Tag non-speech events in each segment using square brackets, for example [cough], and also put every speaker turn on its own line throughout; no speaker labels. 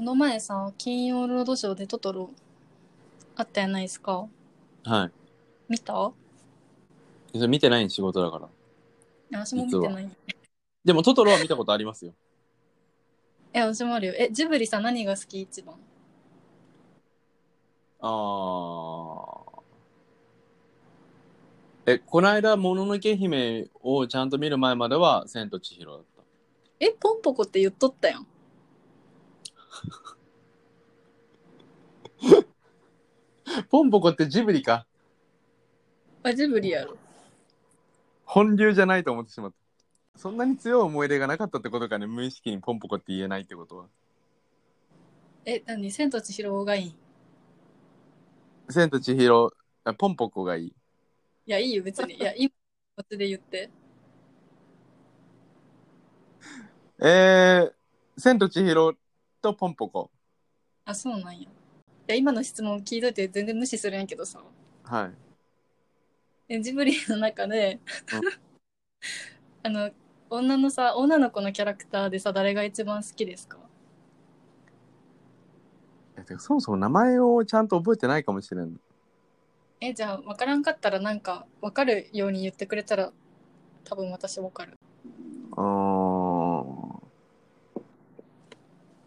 の前さ、金曜ロードショーでトトロあったやないですか。
はい。
見たあ
それ見てない仕事だから。
私も見てない。い
でも、トトロは見たことありますよ。
や、私もあるよ。え、ジブリさ、何が好き一番
[laughs] あー。え、この間、もののけ姫をちゃんと見る前までは、千と千尋だっ
え、ポンポコって言っとったやん。
た。ポンポコってジブリか。
あ、ジブリやろ。
本流じゃないと思ってしまった。そんなに強い思い入れがなかったってことかね、無意識にポンポコって言えないってことは。
え、何千と千尋がいいい
千と千尋、あポンポコがいい。
や、いいよ、別に。いや、今、こっちで言って。
えー、千と千尋とポンポコ。
あ、そうなんや。いや、今の質問聞いといて全然無視するんやけどさ。
はい。
えジブリの中で
うん
[laughs] あの女のさ女の子のキャラクターでさ誰が一番好きですか
えてかそもそも名前をちゃんと覚えてないかもしれん。
えじゃあ分からんかったらなんか分かるように言ってくれたら多分私分かる
あー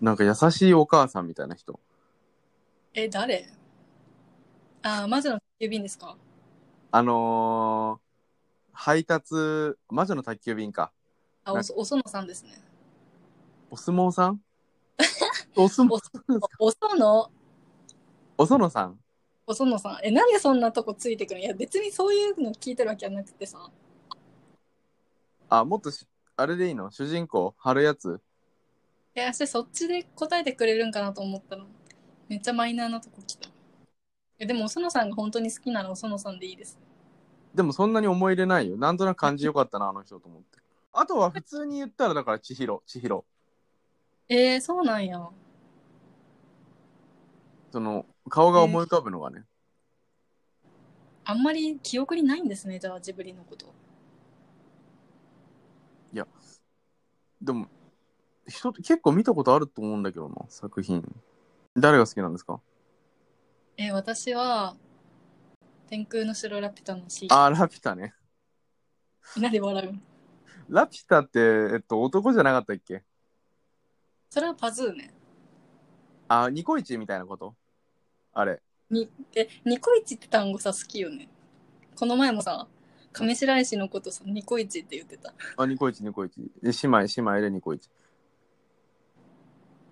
なんか優しいお母さんみたいな人。
え誰あー魔女の郵便ですか
あのー、配達、魔女の宅急便か。
あおそおそのさんですね
お相撲さんお相撲
おその
おそのさん。
おそのさんえなんでそんなとこついてくるんいや別にそういうの聞いてるわけじゃなくてさ
あ、もっとし、あれでいいの主人公春やつ
え私そっちで答えてくれるんかなと思ったらめっちゃマイナーなとこ来たえでもおそのさんが本当に好きならおそのさんでいいです
でもそんなに思い入れないよ。なんとなく感じよかったな、あの人と思って。あとは普通に言ったら、だから千尋、千尋。
えー、そうなんや
その、顔が思い浮かぶのがね。
あんまり記憶にないんですねじゃあジブリのこと
でも、人って結構見たことあると思うんだけどな、作品。誰が好きなんですか
えー私は天空の城ラピュタのシー
あー、ラピュタね。
ンなんで笑うん
ラピュタって、えっと、男じゃなかったっけ
それはパズーね
あー、ニコイチみたいなことあれ。
にえニコイチって単語さ好きよねこの前もさ上白石のことさニコイチって言ってた
あ、ニコイチ、ニコイチ。え姉妹、姉妹でニコイチ。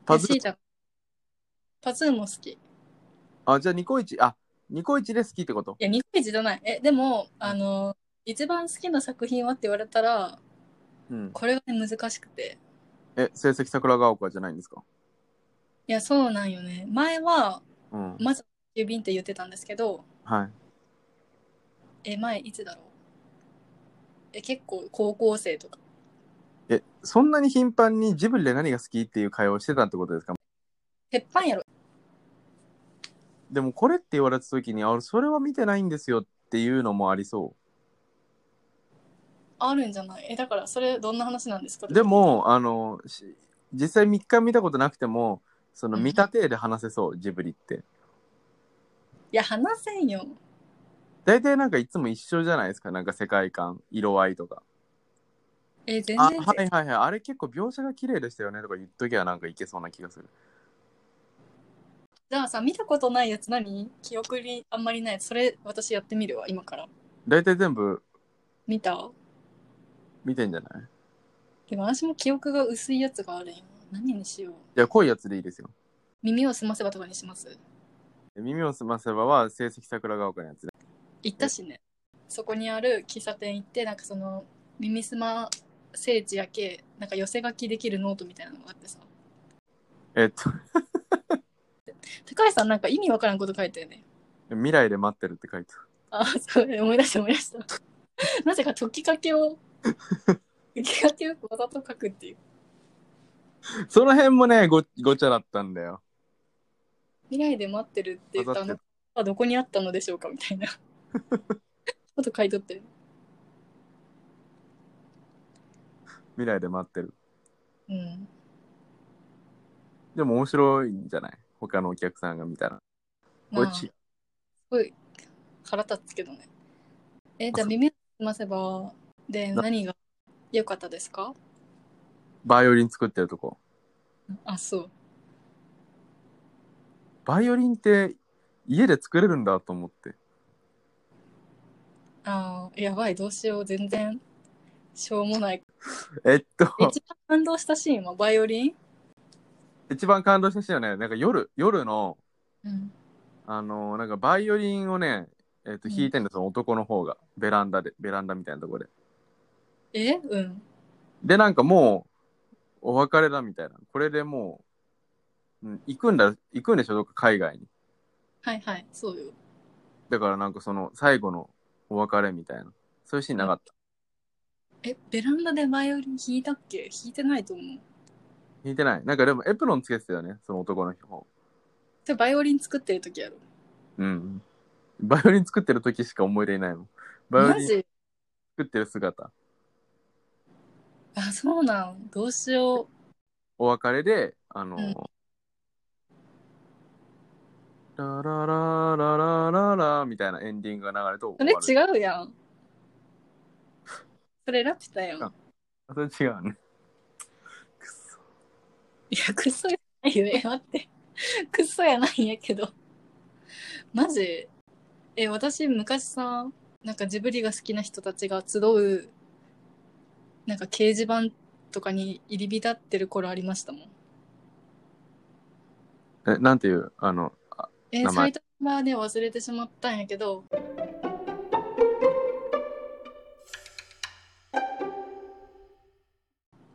パズ
えしーちゃんパズーも好き
あ、じゃあニコイチ、あ、ニコイチで好きってこと
いや、ニコイチじゃない。え、でも、あの、一番好きな作品はって言われたら、
うん。
これがね、難しくて。
え、成績桜川丘じゃないんですか
いや、そうなんよね。前は、
うん。
まず、郵便って言ってたんですけど、
はい。
え、前、いつだろう。え、結構、高校生とか。
え、そんなに頻繁にジブリで何が好きっていう会話をしてたってことですか
鉄板やろ。
でもこれって言われた時に、あ、俺それは見てないんですよっていうのもありそ
あるんじゃないえ、だから、それ、どんな話なんですか
う。で、も、あの、し実際3日見たことなくても、その見た体で話せそう、ジブリって。
いや、話せんよ。
大体なんかいつも一緒じゃないですか、なんか世界観、色合いとか。
え、全
あ、
然
はいはいはい、あれ結構描写が綺麗でしたよねとか言っときゃなんかいけそうな気がする。
じゃあさ、見たことないやつ何記憶にあんまりないやつ。それ、私やってみるわ、今から。
大体全部
見た
見てんじゃない
でも、私も記憶が薄いやつがあるよ。何にしよう。
いや、濃いやつでいいですよ。
耳をすませばとかにします
耳をすませばは成績桜が丘のやつで。
行ったしねそこにある喫茶店行ってなんかその耳すま聖地やけなんか寄せ書きできるノートみたいなのがあってさ
えっと、
高橋さんなんか意味わからんこと書いたよね
未来で待ってるって書いてある。
あそう思い出した思い出したなぜか解きかけ
[laughs]
を解きかけをわざと書くっていう
その辺もね、ごごちゃだったんだよ。
未来で待ってるって言ったあのはどこにあったのでしょうかみたい
[laughs]
なこと書いとってる
未来で待ってる。
うん
でも面白いんじゃない他のお客さんが見たら。
ま
こ
あ、
っち
すごい腹立つけどね。え、じゃ
あそ
あ
う
耳を澄ませば、で、
な
何が良かったですか
バイオリン作ってるとこ。
あ、そう。
バイオリンって家で作れるんだと思って。
あーやばい、どうしよう。全然、しょうもない。
えっと、
一番感動したシーンはバイオリン
一番感動したシーンはね、なんか夜、夜の、
うん。
あの、なんかバイオリンをね、えっと、
うん
弾いてるんですよ、男の方が。ベランダで、ベランダみたいなところで。
えうん。
で、なんかもう、お別れだみたいな。これでもう、うん、行くんだ、行くんでしょ、どっか海外に。
はいはい、そうよ。
だからなんかその、最後のお別れみたいな。そういうシーンなかった。
え、ベランダでバイオリン弾いたっけ弾いてないと思う。
弾いてない。なんかでもエプロンつけてたよね、その男の方。
で、バイオリン作ってる時やろ。
うん。バイオリン作ってる時しか思い出いないもん。バイオ
マ
リ
ジ
ン作ってる姿。
あ、そうなん。どうしよう。
お別れで、あの、
うん
ラララララララみたいなエンディングが流れて終
そ
わ
れ
る。う。
違うやん。それラピュタやん。い
あそれ違うね。くそ。
や、クソやないよ。え、待って。クソやないんやけど。マジえ、私、昔さ、なんかジブリが好きな人たちが集う、なんか掲示板とかに入り浸ってる頃ありましたもん。
え、なんていう、あの、
え
名
ー、
前
サイトはね、忘れてしまったんやけど。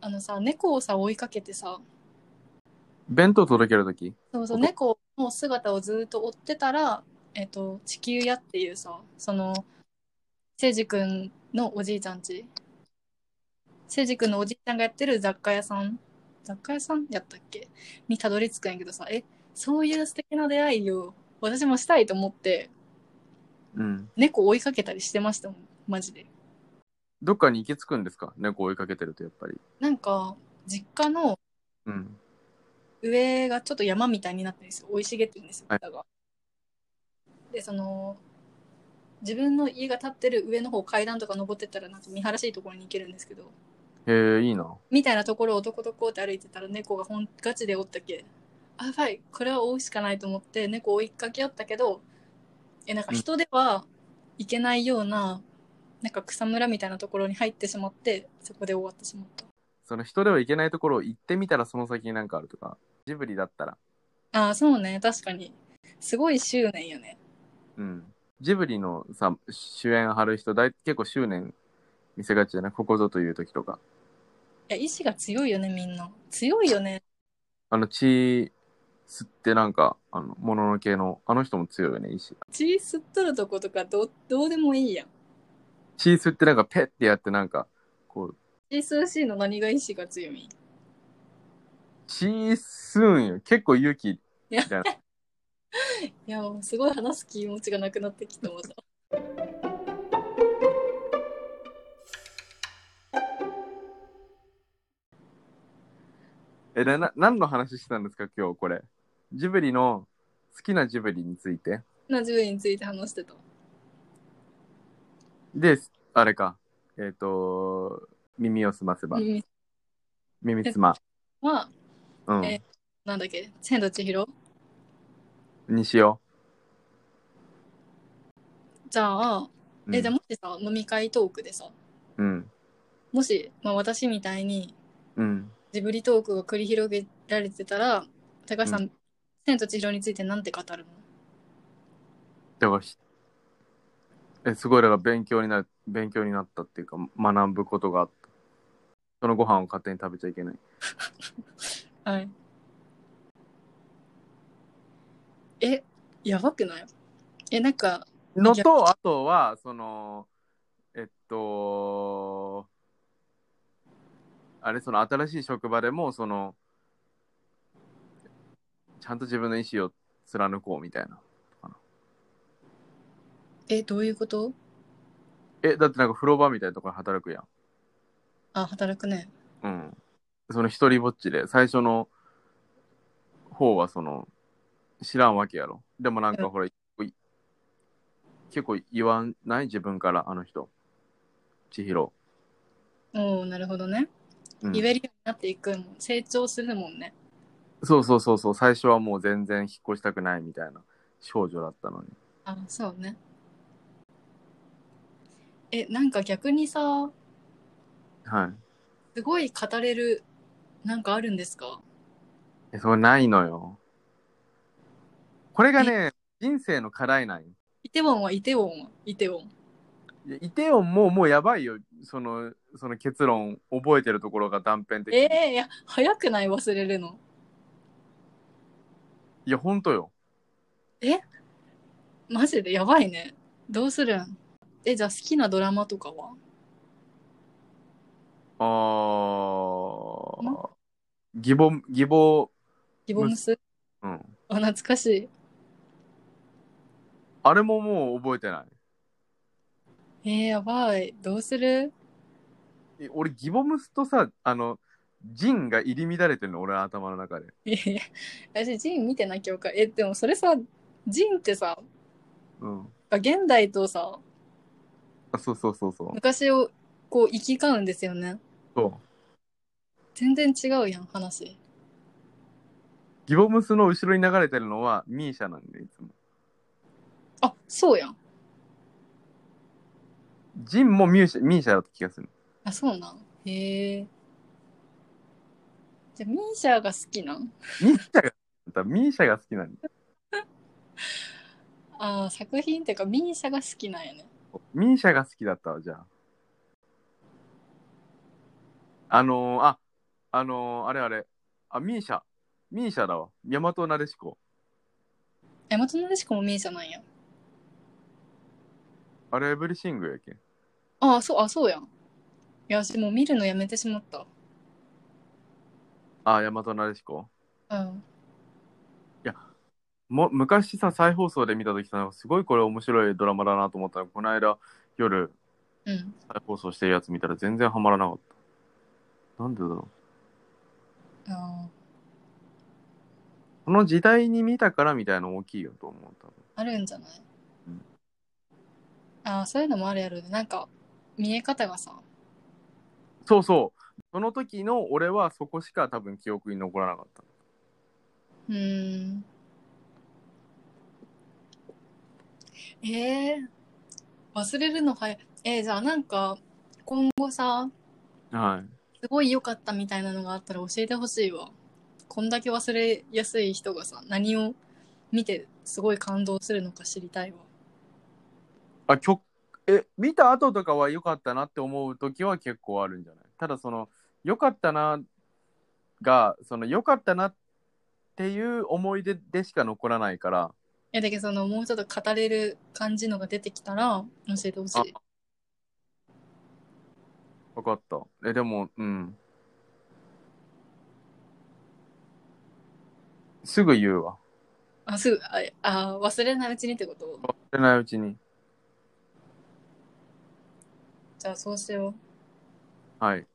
あのさ、猫をさ、追いかけてさ、
弁当届けるとき
そうそう、
ここ
猫の姿をずっと追ってたら、えっと、地球屋っていうさ、その、せいじくんのおじいちゃんち。せいじくんのおじいちゃんがやってる雑貨屋さん、雑貨屋さんやったっけにたどり着くんやけどさ、え、そういう素敵な出会いを私もしたいと思って、
うん。
猫追いかけたりしてましたもん、マジで。
どっかに行き着くんですか猫追いかけてると、やっぱり。
なんか、実家の
うん。
上がちょっと山みたいになってるんですよ。生い茂ってるんですよ、
はい
北が。で、その、自分の家が建ってる上の方階段とか登ってったらなんか見晴らしいところに行けるんですけど、
へえ、いいな。
みたいなところをどこどこって歩いてたら猫がほんガチで追ったけ、あ、やばい、これは追うしかないと思って猫を追いかけよったけど、え、なんか人では行けないような、なんか草むらみたいなところに入ってしまって、そこで終わってしまった。
その人では行けないところを行ってみたらその先になんかあるとか、ジブリだったら、
ああ、そうね、確かに。すごい執念よね。
うん。ジブリのさ、主演張る人、だい結構執念見せがちじゃないここぞという時とか。
いや、意志が強いよね、みんな。強いよね。
あの、血吸ってなんか、あの、もののけの、あの人も強いよね、石。
血吸っとるとことかどう、どうでもいいやん。
血吸ってなんかペッてやってなんか、こう、
血吸うシーンの何が意志が強い
血吸うんよ。結構勇気。
いや、もうすごい話す気持ちがなくなってきたまた。
え、な、な何の話してたんですか、今日これ。ジブリの、好きなジブリについて。
な、自分について話してた。
で、あれか。えっ、と、耳をすませば
う。ん。
耳すま。
は、
うん。
えなんだっけ、千と千尋
にしよ
じゃあ、
う。
え、じゃあ
も。
もしさ、飲み会トークでさ、
うん。
もし、まあ私みたいに
うん。
ジブリトークが繰り広げられてたら、高橋さ、
うん
千と千尋についてなんて語るの
だからひ、え、すごい、だから勉強になる、勉強になったっていうか、学ぶことがあった。そのご飯を勝手に食べちゃいけない。
はい。え、やばくないえ、なんか、
の
いや
と、あとは、その、えっと、あれ、その新しい職場でも、その、ちゃんと自分の意思を貫こうみたいな。
え、どういうこと
え、だってなんか風呂場みたいなところで働くやん。
あ、働くね。
うん。その一人ぼっちで、最初の方はその知らんわけやろでもなんかほら、い結構言わない自分からあの人千尋、
おおなるほどね。
うん
言えるようになっていくもん。成長するもんね。
そうそうそうそう最初はもう全然引っ越したくないみたいな少女だったのに
あ、そうね。え、なんか逆にさ、
はい
すごい語れる、なんかあるんですか
えそれないのよこれがね人生の課題なんよ
イテウォンはイテウォンはイテウォン。
いやイテオンももうやばいよそのその結論覚えてるところが断片的
ええいや、早くない忘れるの。
いやほんとよ
マジでやばいね。どうするんえ、じゃあ好きなドラマとかは
あー義母義母
ギボムス
うん
あ、懐かしい。
あれももう覚えてない
えー、やばい。どうする
え俺ギボムスとさあのジンが入り乱れてるの俺の頭の中で
いやいや私、ジン見てなきゃよか。え、でもそれさ、ジンってさ、
うん
現代とさ、
あそうそうそうそう
昔をこう行き交うんですよね。
そう
全然違うやん、話。
ギボムスの後ろに流れてるのはミーシャなんでいつも
あ、そうやん。
ジンもミューシャミーシャだった気がする
あ、そうなん。へえ。じゃあ、ミーシャが好きなん
ミーシャがだミーシャが好きなんだ
あー作品っていうか、ミーシャが好きなんやね。
ミーシャが好きだったわじゃああのー、ああのー、あれあれあミーシャミーシャだわ大和なでしこ
え、元のでしこもミーシャなんや。
あれエブリシングやっけ
あーそう、あ、そうやん。いや、私もう見るのやめてしまった。
あ大和なでしこ
うん。
も昔さ再放送で見た時さなんかすごいこれ面白いドラマだなと思ったらこの間夜
うん。
再放送してるやつ見たら全然ハマらなかったなんでだろう
あー
この時代に見たからみたいなの大きいよと思う多分
あるんじゃない
うん
あーそういうのもあるやろね。なんか、見え方がさ。
そうそうその時の俺はそこしか多分記憶に残らなかった
うーん。えー、忘れるの早い。えー、じゃあなんか、今後さ、
はい
すごい良かったみたいなのがあったら教えてほしいわ。こんだけ忘れやすい人がさ、何を見てすごい感動するのか知りたいわ。
あ曲え見た後とかは良かったなって思う時は結構あるんじゃないただその良かったながその良かったなっていう思い出でしか残らないから
いやだけどそのもうちょっと語れる感じのが出てきたら教えてほしい。
分かったえでもうんすぐ言うわ
あ、すぐ、あ、あ忘れないうちにってこと
忘れないうちに
じゃあそうしよう。
はい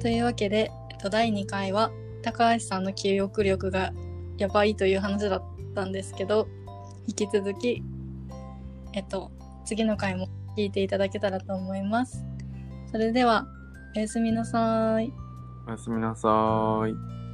というわけで、えっと、第2回は高橋さんの記憶力がやばいという話だったんですけど引き続き、えっと、次の回も聞いていただけたらと思います。それではおやすみなさい。
おやすみなさーい